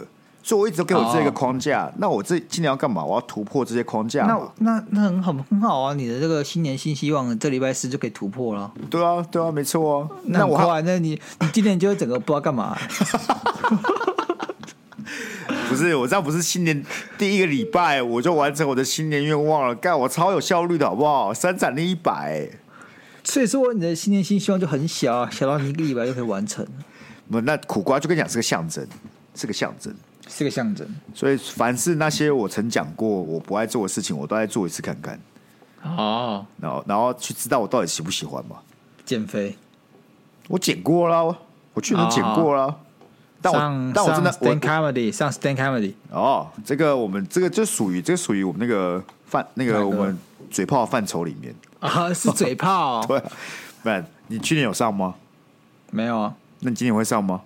所以我一直都给我这一个哦框架。那我这今年要干嘛？我要突破这些框架嘛那那那很好很好啊！你的这个新年新希望，这礼拜四就可以突破了。对啊，对啊，没错啊。那很我还快，那你你今年就会整个不知道干嘛、不是我这样不是新年第一个礼拜我就完成我的新年愿望了，干我超有效率的好不好？生产力一百、 <laughs> 所以说你的新年新希望就很小啊，小到你一个礼拜就可以完成，不，那苦瓜就跟你讲是个象征，是个象征。是个象征。所以凡是那些我曾讲过我不爱做的事情，我都来做一次看看，哦，然后然后去知道我到底喜不喜欢嘛。减肥，我剪过啦，我去年剪过啦，但我哦上但我真的上我 stand comedy 上 stand comedy，哦，这个我们这个就属于这个属于我们那个范那哪个个我们嘴炮范畴里面。 <laughs> 啊，是嘴炮、哦对啊，不然你去年有上吗？ <laughs> 没有啊，那你今年会上吗？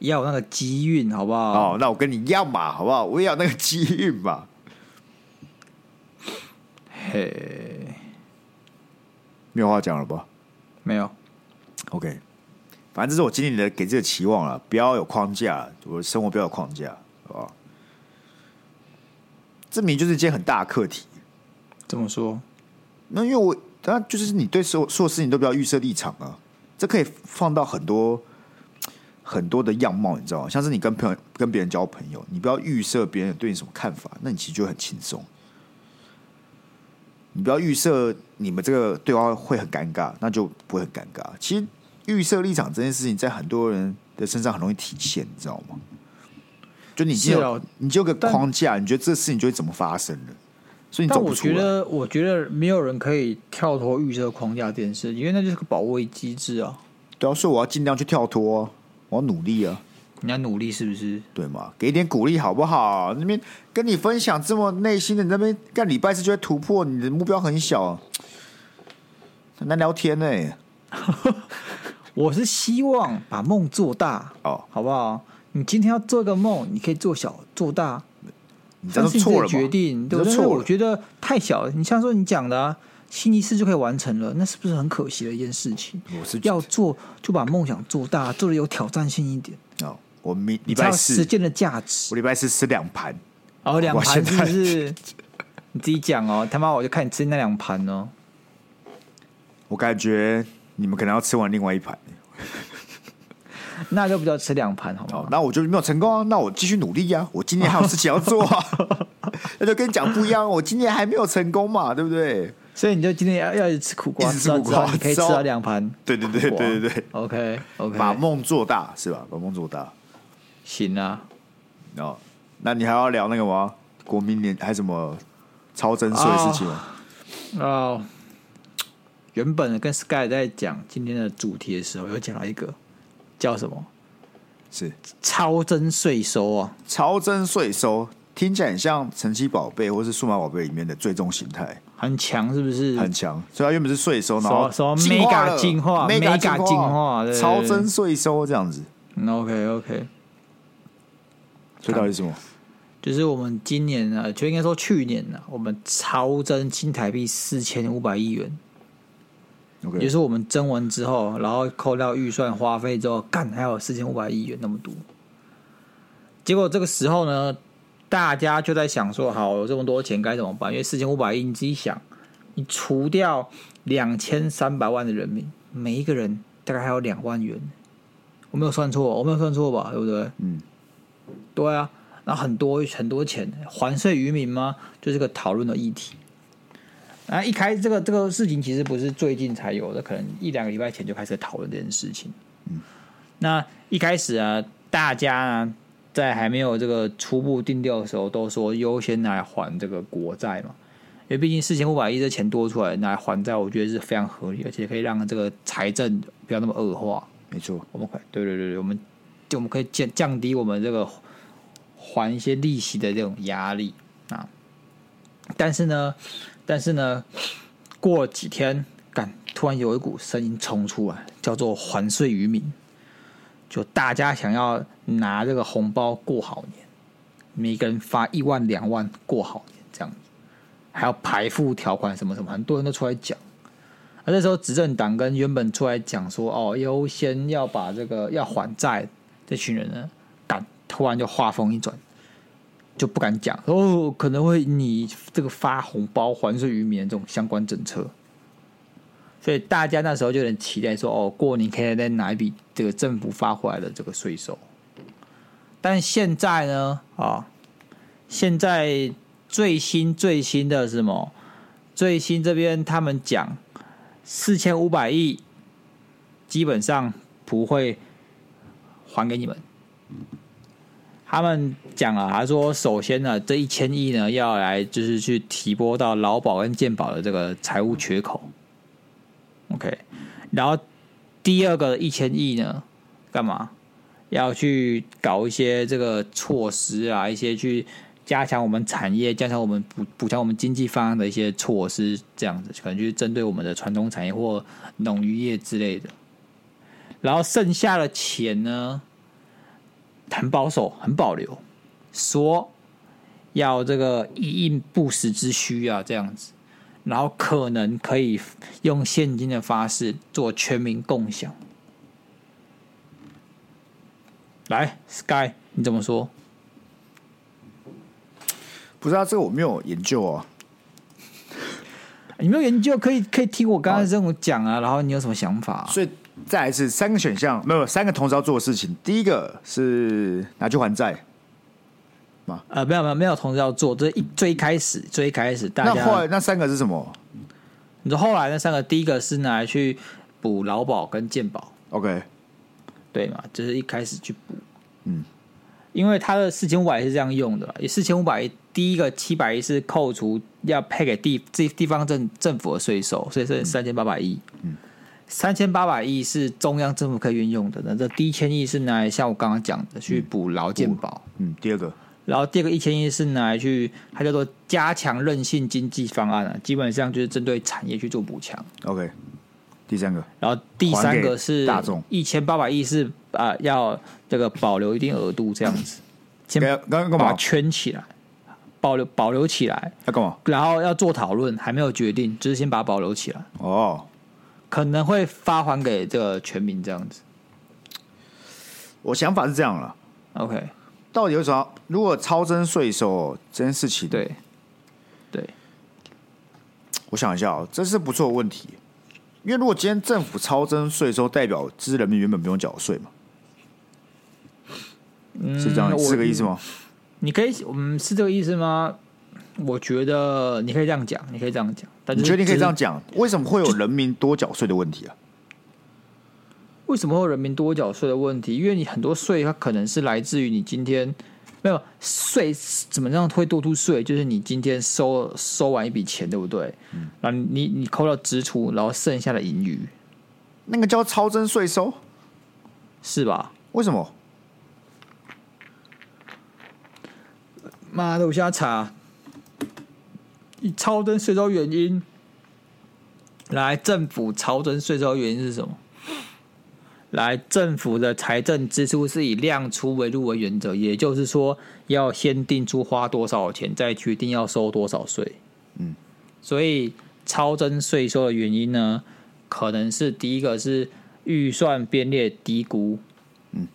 要有那个机运，好不好？哦，那我跟你一样嘛，好不好？我也有那个机遇嘛。嘿，没有话讲了吧没有， ？OK，反正这是我今年的给自己的期望了，不要有框架，我的生活不要有框架，好不好？这明明就是一件很大的课题。这么说？那因为我，当然就是你对所有所有事情都不要预设立场啊，这可以放到很多很多的样貌，你知道吗？像是你跟朋友跟别人交朋友，你不要预设别人对你什么看法，那你其实就会很轻松。你不要预设你们这个对话会很尴尬，那就不会很尴尬。其实预设立场这件事情，在很多人的身上很容易体现，你知道吗？就你已经是有、啊你就有个但框架，你觉得这事情就会怎么发生了，所以你但走不我出觉来。得，我觉得没有人可以跳脱预设框架这件事，因为那就是个保卫机制啊。对啊，所以我要尽量去跳脱、啊，我要努力啊，你要努力，是不是？对吗？给一点鼓励好不好？那边跟你分享这么内心的，你那边干礼拜四就会突破，你的目标很小、啊，很难聊天呢、欸我是希望把梦做大，哦，好不好？你今天要做一个梦，你可以做小做大，你这但样就是你自己错了的嘛？决定，你这对不对？但是错我了。觉得太小了。你像说你讲的、啊，星期四就可以完成了，那是不是很可惜的一件事情？我是要做就把梦想做大，做的有挑战性一点，哦，我明礼你才拜有实四，践的价值我。礼拜四吃两盘，哦，两我现在盘是不是？你自己 <laughs> 讲哦，他妈我就看你吃那两盘哦。我感觉你们可能要吃完另外一盘。那就不叫吃两盘，好不哦好，？那我就没有成功啊，那我继续努力呀、我今年还有事情要做 <laughs> 啊，那就跟你讲不一样，我今年还没有成功嘛，对不对？所以你就今天要要一直吃苦瓜，一直知吃苦道瓜知道你可以吃知道到两盘苦瓜。 <laughs> 对对对对对对。 OK OK，把梦做大是吧？把梦做大行啊哦。那你还要聊那个吗？国民年还什么超增税的事情啊吗？哦。原本跟 Sky 在讲今天的主题的时候，有讲到一个叫什么是超征税收啊，超增税收，听起来很像神奇宝贝或是数码宝贝里面的最终形态，很强是不是？很强。所以它原本是税收，然后什么进化了 mega 进化 mega mega 进进化化，对嗯超增税收这样子。 OK OK，所以到底是什么？就是我们今年呢、就应该说去年呢、我们超征新台币四千五百亿元， OK，也就是我们征完之后，然后扣掉预算花费之后，干还有四千五百亿元那么多。结果这个时候呢，大家就在想说，好，有这么多钱该怎么办？因为四千五百亿，你自己想，你除掉两千三百万的人民，每一个人大概还有两万元，我没有算错，我没有算错吧？对不对？嗯，对啊，然后很多很多钱，还税于民吗？就是个讨论的议题。啊，一开这个这个事情其实不是最近才有的，可能一两个礼拜前就开始讨论这件事情。嗯，那一开始啊，大家啊在还没有这个初步定调的时候，都说优先拿来还这个国债嘛，因为毕竟四千五百亿这钱多出来拿来还债，我觉得是非常合理，而且可以让这个财政不要那么恶化。没错，我们可以对对对对，我们就我们可以降降低我们这个还一些利息的这种压力啊。但是呢，但是呢，过了几天，感突然有一股声音冲出来，叫做“还税于民”，就大家想要拿这个红包过好年，每个人发一万两万过好年这样子，还有排付条款什么什么，很多人都出来讲。啊那这时候执政党跟原本出来讲说哦，优先要把这个要还债这群人呢，敢突然就话锋一转，就不敢讲哦，可能会你这个发红包还税于民的这种相关政策。所以大家那时候就有点期待说，哦，过年可以再拿一笔这个政府发回来的这个税收。但现在呢，啊，现在最新最新的是什么？最新这边他们讲四千五百亿，基本上不会还给你们。他们讲了，他说首先呢，这一千亿呢要来就是去提拨到劳保跟健保的这个财务缺口。OK，然后第二个一千亿呢，干嘛？要去搞一些这个措施啊，一些去加强我们产业、加强我们补补强我们经济方案的一些措施，这样子可能就是针对我们的传统产业或农渔业之类的。然后剩下的钱呢，很保守，很保留，说要这个以应不时之需啊，这样子。然后可能可以用现金的方式做全民共享。来，Sky，你怎么说？不知道、这个我没有研究哦。你没有研究，可以可以听我刚才这种讲啊，然后你有什么想法、啊所以再来是三个选项，没有三个同时要做的事情。第一个是拿去还债，呃，没有没有没有，同时要做，这一最一开始最一开始大那后家来，那三个是什么你说后来那三个，第一个是拿来去补劳保跟健保， ？OK，对嘛？就是一开始去补，嗯，因为他的四千五百是这样用的啦，也四千五百第一个七百亿是扣除要配给地地地方政政府的税收，所以是三千八百亿，嗯，三千八百亿是中央政府可以运用的，那这第一千亿是拿来像我刚刚讲的去嗯补劳健保，嗯，第二个然后第二个一千亿是拿来去，它叫做加强韧性经济方案啊，基本上就是针对产业去做补强。 OK，第三个然后第三个是还给大众一千八百亿是啊、呃要这个保留一定额度这样子，先该刚刚干把它嘛？圈起来，保留保留起来，要干嘛？然后要做讨论，还没有决定，只是先把它保留起来，哦，可能会发还给这个全民这样子。我想法是这样了。 OK，到底有什么？如果超征税收这件事情，对，对，我想一下哦，这是不错的问题。因为如果今天政府超征税收，代表知人民原本不用缴税嘛，是这样，嗯是这个意思？我吗？你可以，嗯，是这个意思吗？我觉得你可以这样讲，你可以这样讲，但你是确定可以这样就是讲？为什么会有人民多缴税的问题啊？为什么会有人民多缴税的问题？因为你很多税，它可能是来自于你今天没有税，怎么样会多出税？就是你今天收收完一笔钱，对不对？嗯然后你你扣到支出，然后剩下的盈余那个叫超征税收，是吧？为什么？妈的，我现在查，你超征税收原因，来政府超征税收原因是什么？来，政府的财政支出是以量出为入为原则，也就是说，要先定出花多少钱，再决定要收多少税。嗯，所以超征税收的原因呢，可能是第一个是预算编列低估，嗯，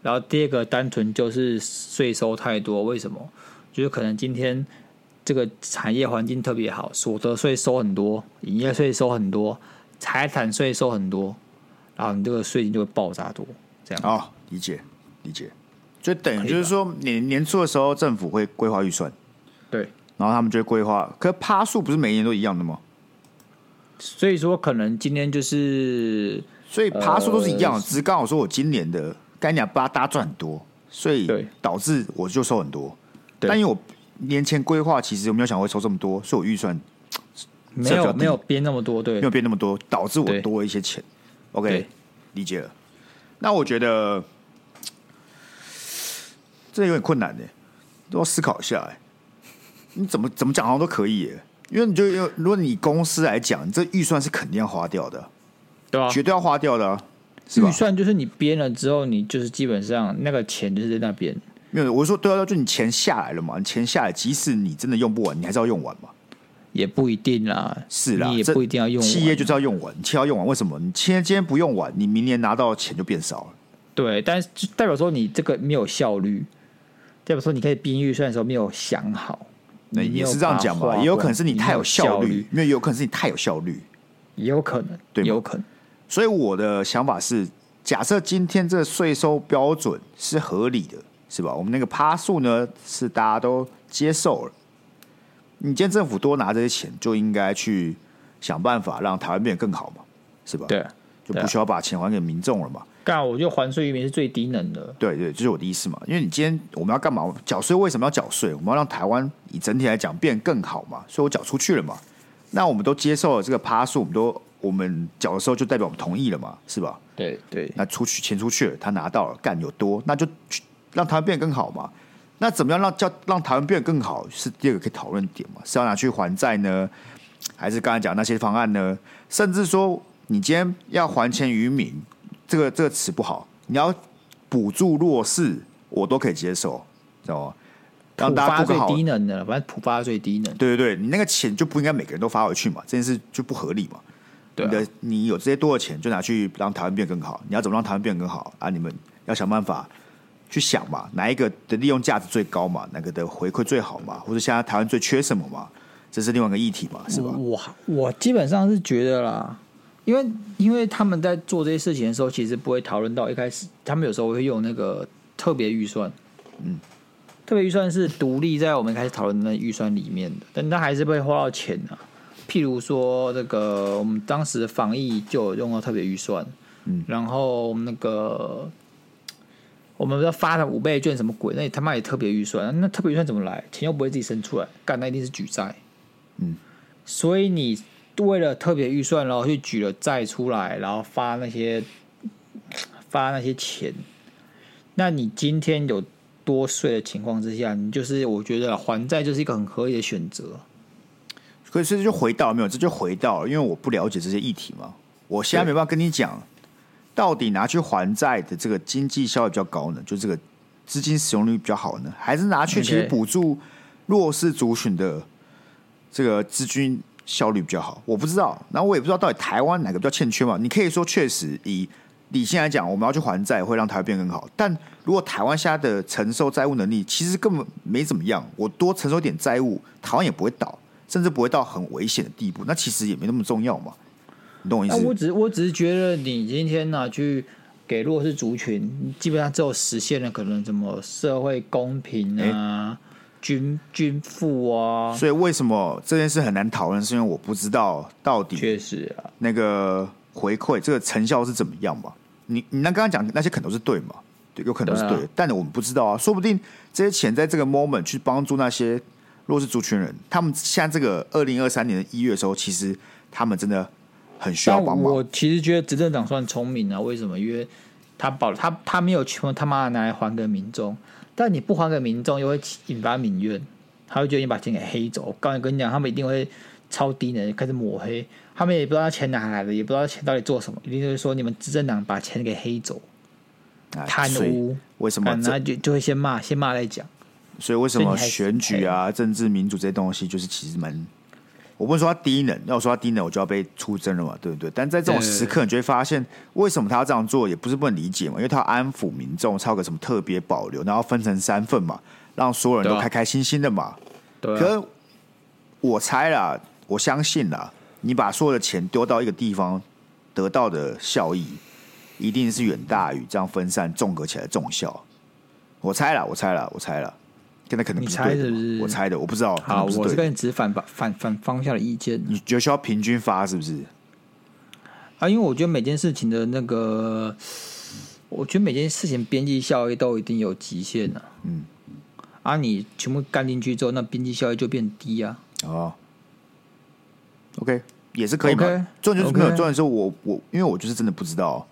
然后第二个单纯就是税收太多。为什么？就是可能今天这个产业环境特别好，所得税收很多，营业税收很多，财产税收很多，然后你这个税金就会爆炸多。这样哦，理解理解，就等于以就是吧说年年初的时候，政府会规划预算，对，然后他们就会规划。可趴数不是每一年都一样的吗？所以说可能今天就是所以趴数都是一呃样的，只是刚好说我今年的干讲八大家赚很多，所以对导致我就收很多。对但因为我年前规划，其实我没有想会收这么多，所以我预算没这比较有低没有编那么多，对没有变那么多，导致我对多了一些钱。对 OK，理解了。那我觉得这有点困难呢、都要思考一下、欸。你怎么怎么讲好像都可以、欸，因为你就因为如果你公司来讲，你这预算是肯定要花掉的，对吧？绝对要花掉的啊、是吧预？算就是你编了之后，你就是基本上那个钱就是在那边，没有，我说对啊，就你钱下来了嘛，你钱下来，即使你真的用不完，你还是要用完嘛。也不一定啦，是啦，你也这不一定要用完啊。企业就是要用完，你企业要用完，为什么？你今天今天不用完，你明年拿到的钱就变少了。对，但是就代表说你这个没有效率，代表说你可以编预算的时候没有想好，那你没也有是这样把讲话吧，也有可能是你你太没有有效效率率，因为也有可能是你太有效率。也有可能，对吗有可能，所以我的想法是，假设今天这个税收标准是合理的，是吧？我们那个趴数呢是大家都接受了，你今天政府多拿这些钱，就应该去想办法让台湾变得更好嘛，是吧？，对。就对啊不需要把钱还给民众了嘛。干，我就还税于民是最低能的，对对，这是我的意思嘛。因为你今天我们要干嘛？缴税为什么要缴税？我们要让台湾以整体来讲变更好嘛，所以我缴出去了嘛。那我们都接受了这个趴数，我们都我们缴的时候就代表我们同意了嘛，是吧？对对那出去钱出去了，他拿到了，干有多，那就去让台湾变得更好嘛。那怎么样让叫让台湾变得更好是第二个可以讨论点嘛？是要拿去还债呢，还是刚才讲那些方案呢？甚至说你今天要还钱于民，这个这个词不好，你要补助弱势，我都可以接受，知道吗？让普大家发过最个好低能的，反正普发最低能，对对对，你那个钱就不应该每个人都发回去嘛，这件事就不合理嘛。对你啊的你有这些多的钱，就拿去让台湾变更好。你要怎么让台湾变更好啊？你们要想办法去想嘛，哪一个的利用价值最高嘛，哪个的回馈最好嘛，或者现在台湾最缺什么嘛，这是另外一个议题嘛，是吧？我我基本上是觉得啦，因为因为他们在做这些事情的时候，其实不会讨论到一开始，他们有时候会用那个特别预算，嗯，特别预算是独立在我们开始讨论的那预算里面的，但它还是会花到钱啊。譬如说，这个我们当时的防疫就有用到特别预算，嗯，然后我们那个我们要发的五倍券什么鬼，那也他妈也特别预算，那特别预算怎么来？钱又不会自己生出来，干那一定是举债。所以你为了特别预算，然后去举了债出来，然后发那些发那些钱，那你今天有多税的情况之下，你就是我觉得还债就是一个很合理的选择。可是这就回到没有，这就回到了，因为我不了解这些议题嘛，我现在没办法跟你讲，到底拿去还债的这个经济效益比较高呢，就这个资金使用率比较好呢，还是拿去其实 OK 补助弱势族群的这个资金效率比较好？我不知道，然后我也不知道到底台湾哪个比较欠缺嘛。你可以说确实以理性来讲，我们要去还债会让台湾变更好，但如果台湾现在的承受债务能力其实根本没怎么样，我多承受点债务，台湾也不会倒，甚至不会到很危险的地步，那其实也没那么重要嘛。你懂我意那思？啊我只我只是觉得你今天拿、去给弱势族群，基本上只有实现了可能什么社会公平啊、均均富啊，所以为什么这件事很难讨论？是因为我不知道到底确实啊，那个回馈这个成效是怎么样嘛？你你那刚刚讲那些可能都是对嘛？对，有可能都是对的，对但我们不知道啊，说不定这些钱在这个 moment 去帮助那些弱势族群人，他们现在这个二零二三年的一月的时候，其实他们真的很需要但帮忙我。其实觉得执政党算聪明啊，为什么？因为他保他他没有全部他妈的拿来还给民众，但你不还给民众，又会起引发民怨，他会觉得你把钱给黑走。我刚才跟你讲，他们一定会超低能开始抹黑，他们也不知道他钱哪来的，也不知道他钱到底做什么，一定就是说你们执政党把钱给黑走，哎贪所以污，为什么然这后就就会先骂，先骂再讲。所以为什所以么你还是哎选举啊、政治民主这些东西，就是其实蛮……我不能说他低能，要说他低能，我就要被出征了嘛，对不对？但在这种对时刻，你就会发现，为什么他要这样做，也不是不能理解嘛，因为他要安抚民众，他有个什么特别保留，然后分成三份嘛，让所有人对都啊开开心心的嘛。对、啊，可是我猜啦，我相信啦，你把所有的钱丢到一个地方，得到的效益一定是远大于这样分散、综合起来的重效。我猜了，我猜了，我猜了，现在可能不你是猜对的是嘛，不是我猜的，我不知道。可能好，不我对的是跟你只是反反反方向的意见你觉得需要平均发是不是？啊，因为我觉得每件事情的那个，我觉得每件事情边际效益都一定有极限的、啊。嗯，啊，你全部干进去之后，那边际效益就变低啊。哦，OK，也是可以嘛 OK，。重点就是没有 OK 重点是我我因为我就是真的不知道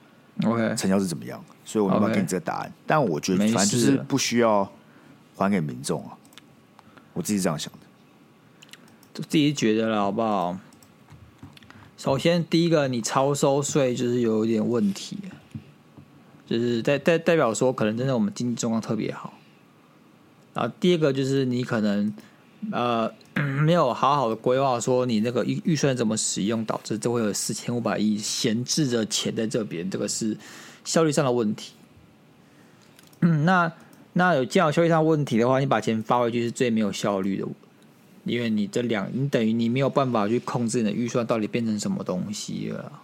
OK，成交是怎么样，所以我没办法 OK 给你这个答案。但我觉得没反正就事是了不需要还给民众啊，我自己这样想的。自己觉得了，好不好？首先，第一个，你超收税就是有一点问题，就是代代代表说，可能真的我们经济状况特别好。然后第二个就是你可能呃 <clears throat> 没有好好的规划，说你那个预预算怎么使用，导致这会有四千五百亿闲置的钱在这边，这个是效率上的问题。嗯，那那有这样效率上的问题的话，你把钱发回去是最没有效率的因为你这两，你等于你没有办法去控制你的预算到底变成什么东西了啊，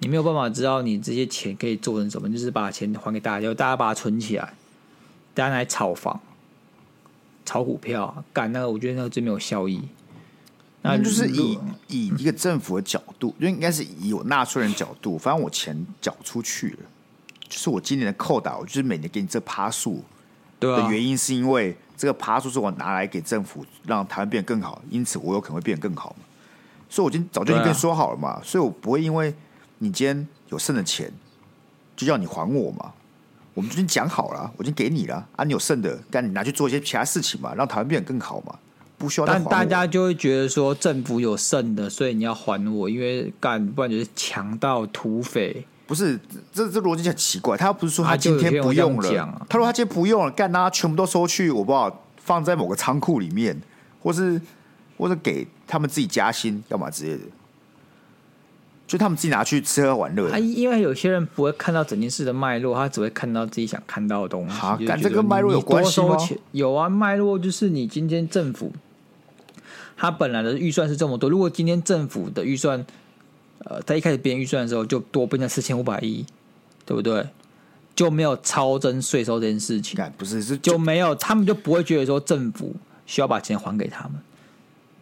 你没有办法知道你这些钱可以做成什么，就是把钱还给大家，大家把它存起来，大家来炒房、炒股票，干那个我觉得那个最没有效益。那那就是如嗯以以一个政府的角度，就应该是以我纳税人角度，反正我钱缴出去了，就是我今年的扣打，我就是每年给你这趴数对啊的，原因，是因为这个趴数是我拿来给政府让台湾变得更好，因此我有可能会变得更好嘛。所以我今天早就已经对啊跟你说好了嘛，所以我不会因为你今天有剩的钱就要你还我嘛。我们就已经讲好了，我已经给你了啊，你有剩的，干你拿去做一些其他事情嘛，让台湾变得更好嘛，不需要再还但我。大家就会觉得说政府有剩的，所以你要还我，因为干不然就是强盗、土匪。不是，这这逻辑很奇怪。他又不是说他啊就今有天不用些人会了，这样讲啊他说他今天不用了，干大家全部都收去，我不好放在某个仓库里面，或是或者给他们自己加薪，干嘛之类的，就他们自己拿去吃喝玩乐啊，的。因为有些人不会看到整件事的脉络，他只会看到自己想看到的东西。啊就干觉得这跟脉络有你多关系吗收钱有啊，脉络就是你今天政府，他本来的预算是这么多，如果今天政府的预算，呃，在一开始编预算的时候就多编了四千五百亿，对不对？就没有超征税收这件事情。干不是是就没有，他们就不会觉得说政府需要把钱还给他们。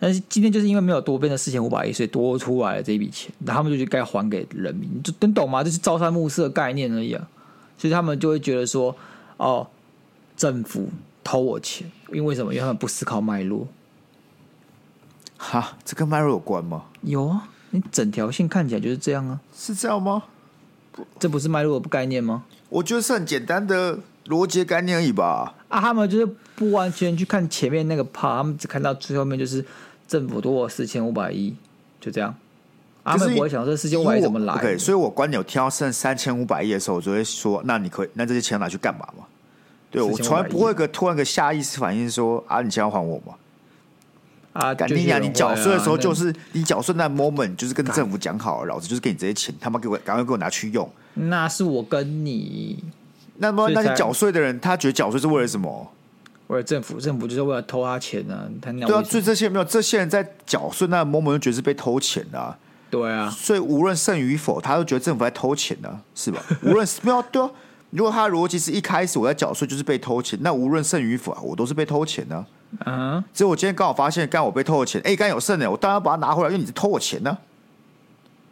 但是今天就是因为没有多变的四千五百亿，所以多出来了这一笔钱，然后他们就觉得该还给人民，你就你懂吗？这是朝三暮四的概念而已啊。所以他们就会觉得说，哦，政府偷我钱，因为什么？因为他们不思考脉络。哈，这跟脉络有关吗？有啊，你整条线看起来就是这样啊，是这样吗？这不是脉络的概念吗？我觉得是很简单的逻辑概念而已吧。啊，他们就是不完全去看前面那个 part，他们只看到最后面就是政府多我四千五百亿，就这样。啊他可们是不会想这四千五百亿怎么来的 o k 所以我观点，有听到剩三千五百亿的时候，我就会说，那你可以，那这些钱要拿去干嘛嘛？对我4500从来不会有个突然一个下意识反应说啊，你钱要还我嘛？啊，干就你是呀！有人你缴税的时候会啊就是你缴税那 moment 就是跟政府讲好了，老子就是给你这些钱，他妈给我赶快给我拿去用。那啊那是我跟你那么所以那才些缴税的人，他觉得缴税是为了什么？为了政府，政府就是为了偷他钱呢、啊，他那对啊，为什所么以这些人没有，这些人在缴税那 moment 就觉得是被偷钱的、啊。对啊，所以无论胜与否，他都觉得政府在偷钱呢、是吧？ <laughs> 无论是没有对啊，如果他的逻辑是一开始我在缴税就是被偷钱，那无论胜与否啊，我都是被偷钱呢、嗯，只有我今天刚好发现，刚我被偷了钱，哎、刚有剩的，我当然把它拿回来，因为你是偷我钱呢、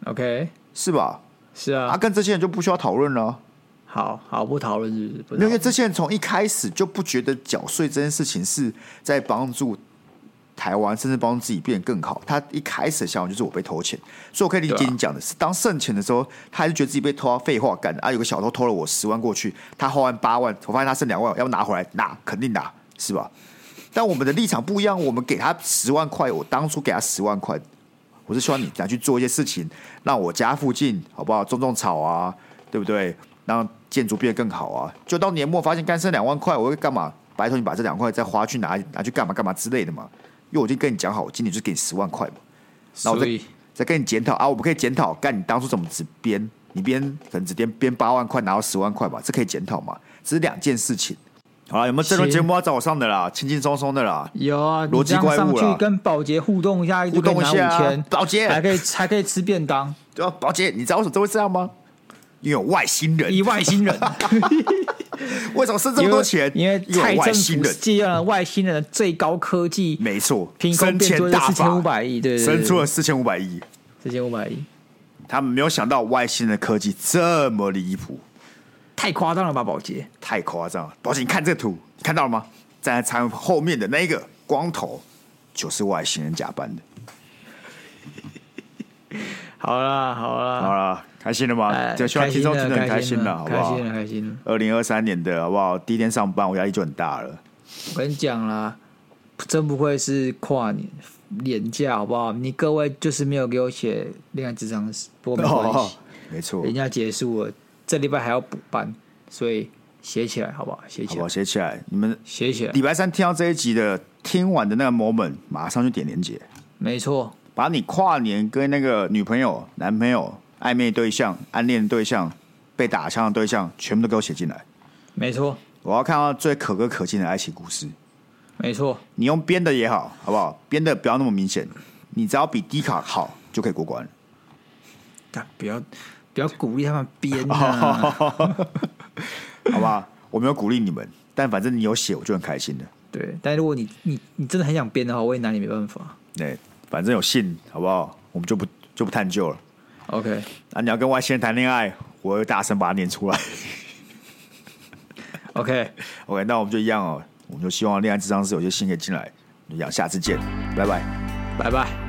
，OK，是吧？是啊，啊，跟这些人就不需要讨论了，好好不讨论是不是？不讨因为论这些人从一开始就不觉得缴税这件事情是在帮助台湾，甚至帮助自己变得更好。他一开始的想法就是我被偷钱，所以我可以理解对啊你讲的是，当剩钱的时候，他还是觉得自己被偷啊，废话干啊，有个小偷偷了我十万过去，他花完八万，我发现他剩两万，要不拿回来拿，肯定拿，是吧？但我们的立场不一样，我们给他十万块，我当初给他十万块，我是希望你拿去做一些事情，让我家附近好不好种种草啊，对不对？让建筑变得更好啊。就到年末发现干剩两万块，我会干嘛？拜托你把这两万块再花去拿拿去干嘛干嘛之类的嘛。因为我已经跟你讲好，我今年就是给你十万块嘛，那我再所以再跟你检讨啊，我们可以检讨，干你当初怎么只编，你编可能只编编八万块拿到十万块嘛，这可以检讨嘛，这是两件事情。好了，有没有这种行节目要找我上的啦？轻轻松松的啦，有啊，你逻辑这样怪物上去啦跟保洁互动一下，互动一下啊五 <laughs> 千，保洁啊还可以还可以吃便当， <laughs> 对吧、宝姐，你知道为什么这会这样吗？因为有外星人，以外星人。为什么剩这么多钱？因为有蔡外政星府人，借用了外星人的最高科技，没错，凭空升变迁出了大四千五法，百亿，对对对，生出了四千五百亿。四千五百亿，他们没有想到外星人的科技这么离谱，太夸张了吧，宝洁？太夸张了。宝姐，你看这图，你看到了吗？站在餐后面的那一个光头，就是外星人假扮的。好啦好啦，好了，开心了吗？哎就希望听众听得很啊开心了，好不开好心？了开心了。二零二三年的好不好？第一天上班，我压力就很大了。我跟你讲啦，真不愧是跨年廉价，好不好？你各位就是没有给我写恋爱智商史，不过没关系，哦没错，人家结束了，这礼拜还要补班，所以写起来好不好？写好不起来好？，写起来。你们写起来礼，拜三听到这一集的，听完的那个 moment，马上去点连接，没错，把你跨年跟那个女朋友、男朋友、暧昧对象、暗恋对象、被打枪的对象，全部都给我写进来。没错，我要看到最可歌可泣的爱情故事。没错，你用编的也好，好不好？编的不要那么明显，你只要比低卡好就可以过关。 <laughs> 但不要不要鼓励他们编哦 <laughs> 啊，好吧，我没有鼓励你们，但反正你有写，我就很开心的。对。但如果你你你真的很想编的话，我也拿你没办法。那、反正有信，好不好？我们就不就不探究了。 OK，啊，你要跟外星人谈恋爱，我会大声把它念出来。 OK， OK，那我们就一样哦，我们就希望恋爱智商是有些信可以进来。我们就一样下次见，拜拜。拜拜。